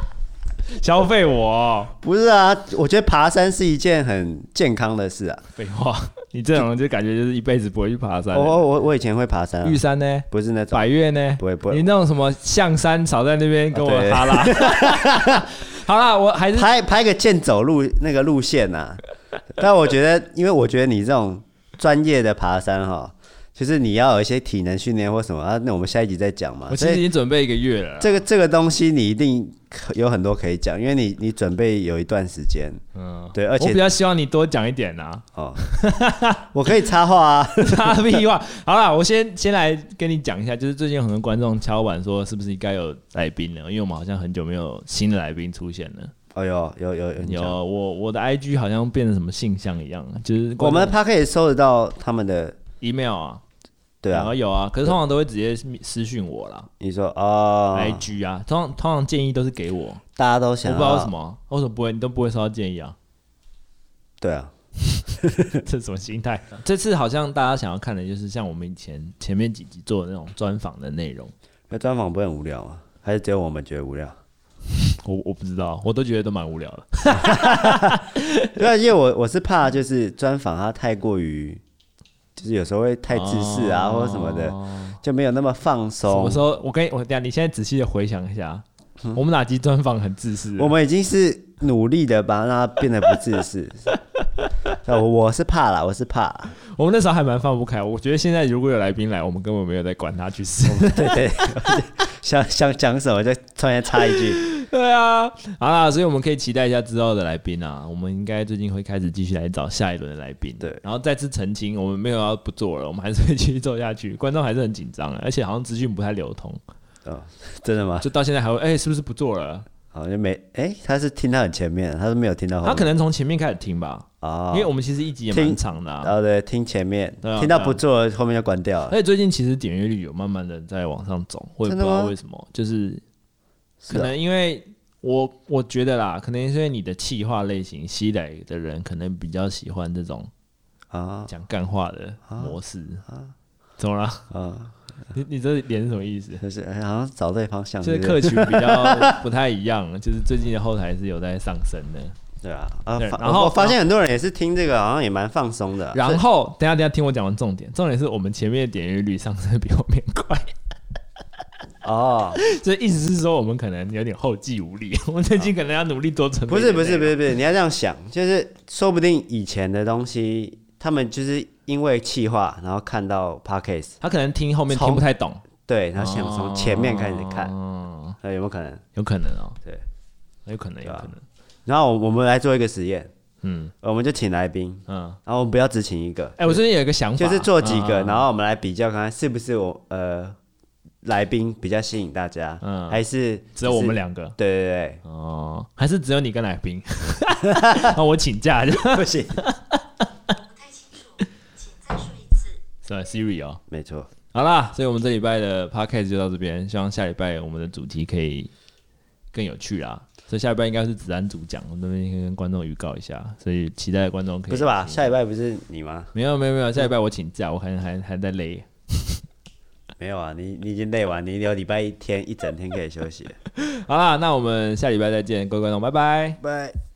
[SPEAKER 3] 消费我哦，
[SPEAKER 2] 不是啊，我觉得爬山是一件很健康的事啊。
[SPEAKER 3] 废话，你这种人就感觉就是一辈子不会去爬山
[SPEAKER 2] 我
[SPEAKER 3] 了。
[SPEAKER 2] 我我我以前会爬山、啊
[SPEAKER 3] 玉，山呢？
[SPEAKER 2] 不是那种
[SPEAKER 3] 百越呢？
[SPEAKER 2] 哦不会不会
[SPEAKER 3] 你那种什么象山，少在那边跟我
[SPEAKER 2] 啊对
[SPEAKER 3] 哈拉。 好啦，我还是
[SPEAKER 2] 拍拍个健走路那个路线呐、啊。 但我觉得，因为我觉得你这种专业的爬山哈，就是你要有一些体能训练或什么啊。那我们下一集再讲嘛
[SPEAKER 3] 我。其
[SPEAKER 2] 所
[SPEAKER 3] 实已
[SPEAKER 2] 以
[SPEAKER 3] 经准备一个月了啦。
[SPEAKER 2] 这个这个东西你一定可有很多可以讲，因为你你准备有一段时间
[SPEAKER 3] 嗯，
[SPEAKER 2] 对而且
[SPEAKER 3] 我比较希望你多讲一点啊呐，
[SPEAKER 2] 哦。 我可以插话啊。
[SPEAKER 3] 插屁话。好啦，我先先来跟你讲一下，就是最近有很多观众敲碗说，是不是应该有来宾了？因为我们好像很久没有新的来宾出现了。
[SPEAKER 2] 哦，有有有有
[SPEAKER 3] 有啊
[SPEAKER 2] 有，
[SPEAKER 3] 我我的 IG 好像变成什么信箱一样，啊就是
[SPEAKER 2] 我
[SPEAKER 3] 观众
[SPEAKER 2] 们他可以收得到他们的，
[SPEAKER 3] email 啊，
[SPEAKER 2] 对
[SPEAKER 3] 然
[SPEAKER 2] 啊
[SPEAKER 3] 后。有啊，可是通常都会直接私讯我啦。
[SPEAKER 2] 你说哦，
[SPEAKER 3] IG 啊，通常通常建议都是给我，我
[SPEAKER 2] 大家都
[SPEAKER 3] 不
[SPEAKER 2] 想
[SPEAKER 3] 知道为
[SPEAKER 2] 要
[SPEAKER 3] 什，么，为什么不会，你都不会收到建议啊？
[SPEAKER 2] 对啊，
[SPEAKER 3] 这是什么心态？这次好像大家想要看的就是像我们以前前面几集做的那种专访的内容，
[SPEAKER 2] 那专访不会很无聊吗？还是只有我们觉得无聊？
[SPEAKER 3] 我我不知道，我都觉得都蛮无聊的。
[SPEAKER 2] 对啊，因为我我是怕就是专访它太过于，就是有时候会太自私啊、或者什么的，就没有那么放
[SPEAKER 3] 什么
[SPEAKER 2] 松
[SPEAKER 3] 哦时。候？我跟你我等一下，你现在仔细的回想一下，我们哪集专访很自私？
[SPEAKER 2] 嗯我们已经是努力的把它让它变得不自私。 对我我是怕啦，我是怕，
[SPEAKER 3] 我们那时候还蛮放不开。我觉得现在如果有来宾来，我们根本没有在管他 去死。
[SPEAKER 2] 对对，想想讲什么就突然插一句，
[SPEAKER 3] 对啊，好啦，所以我们可以期待一下之后的来宾啊。我们应该最近会开始继续来找下一轮的来宾。
[SPEAKER 2] 对
[SPEAKER 3] 然后再次澄清，我们没有要不做了，我们还是会继续做下去。 观众还是很紧张啊，而且好像资讯不太流通，
[SPEAKER 2] 哦，真的吗？
[SPEAKER 3] 就到现在还会哎、是不是不做了？
[SPEAKER 2] 好像没，哎、他是听到很前面，他是没有听到后
[SPEAKER 3] 他
[SPEAKER 2] 面
[SPEAKER 3] 可能从前面开始听吧，
[SPEAKER 2] 哦，
[SPEAKER 3] 因为我们其实一集也蛮长的、啊。
[SPEAKER 2] 哦对，听前面，
[SPEAKER 3] 对啊
[SPEAKER 2] 听到
[SPEAKER 3] 对啊
[SPEAKER 2] 不做了后面就关掉了
[SPEAKER 3] 而，且最近其实点阅率有慢慢的在往上走，我也不
[SPEAKER 2] 真
[SPEAKER 3] 知
[SPEAKER 2] 的
[SPEAKER 3] 道
[SPEAKER 2] 吗
[SPEAKER 3] 为什么，就是
[SPEAKER 2] 是
[SPEAKER 3] 可
[SPEAKER 2] 啊
[SPEAKER 3] 能因为我我觉得啦，可能是因为你的气化类型吸来的人可能比较喜欢这种
[SPEAKER 2] 啊
[SPEAKER 3] 讲干话的模式。怎么了？
[SPEAKER 2] 啊，
[SPEAKER 3] 你你这脸是什么意思？
[SPEAKER 2] 就是哎好像找对方向，
[SPEAKER 3] 就是
[SPEAKER 2] 对不对
[SPEAKER 3] 客群比较不太一样，就是最近的后台是有在上升的。
[SPEAKER 2] 对啊，啊，
[SPEAKER 3] 对
[SPEAKER 2] 发
[SPEAKER 3] 然后
[SPEAKER 2] 我发现很多人也是听这个，好像也蛮放松的。
[SPEAKER 3] 然后等一下等一下听我讲完重点，重点是我们前面的点阅率上升得比后面快，
[SPEAKER 2] 哦，
[SPEAKER 3] 所以意思是说我们可能有点后继无力， 我们最近可能要努力多准备
[SPEAKER 2] 不
[SPEAKER 3] 一
[SPEAKER 2] 是
[SPEAKER 3] 点内容。
[SPEAKER 2] 不是不是不是，你要这样想，就是说不定以前的东西，他们就是因为气化，然后看到 podcast，
[SPEAKER 3] 他可能听后面听不太懂，
[SPEAKER 2] 对，然后想从前面开始看，
[SPEAKER 3] 哦，
[SPEAKER 2] 呃，有没有可能？
[SPEAKER 3] 有可能哦，
[SPEAKER 2] 对，
[SPEAKER 3] 有可能，有
[SPEAKER 2] 对啊
[SPEAKER 3] 可能，
[SPEAKER 2] 然后我我们来做一个实验，
[SPEAKER 3] 嗯
[SPEAKER 2] 我们就请来宾，
[SPEAKER 3] 嗯。
[SPEAKER 2] 然后我们不要只请一个，
[SPEAKER 3] 哎，我最近有一个想法，
[SPEAKER 2] 就是做几个，
[SPEAKER 3] 嗯
[SPEAKER 2] 然后我们来比较看看是不是我呃来宾比较吸引大家，
[SPEAKER 3] 嗯
[SPEAKER 2] 还是
[SPEAKER 3] 只有我们
[SPEAKER 2] 俩？
[SPEAKER 3] 两个
[SPEAKER 2] 对对
[SPEAKER 3] 哦，还是只有你跟来宾？ 那我请假就
[SPEAKER 2] 对，不 行，
[SPEAKER 4] 不太清楚，哎请再说一次。
[SPEAKER 3] 是吧 Siri 哦。
[SPEAKER 2] 没错，
[SPEAKER 3] 好啦，所以我们这礼拜的 podcast 就到这边，希望下礼拜我们的主题可以更有趣啦。所以下礼拜应该是子安主讲，我们这边先跟观众预告一下，所以期待的观众可以
[SPEAKER 2] 不是吧？
[SPEAKER 3] 听
[SPEAKER 2] 下礼拜不是你吗？
[SPEAKER 3] 没有没有没有，下礼拜我请假，我还还还在累。
[SPEAKER 2] 没有啊，你你已经累完，你有礼拜一天一整天可以休息了。
[SPEAKER 3] 好啦，那我们下礼拜再见，各位观众，拜拜。
[SPEAKER 2] 拜。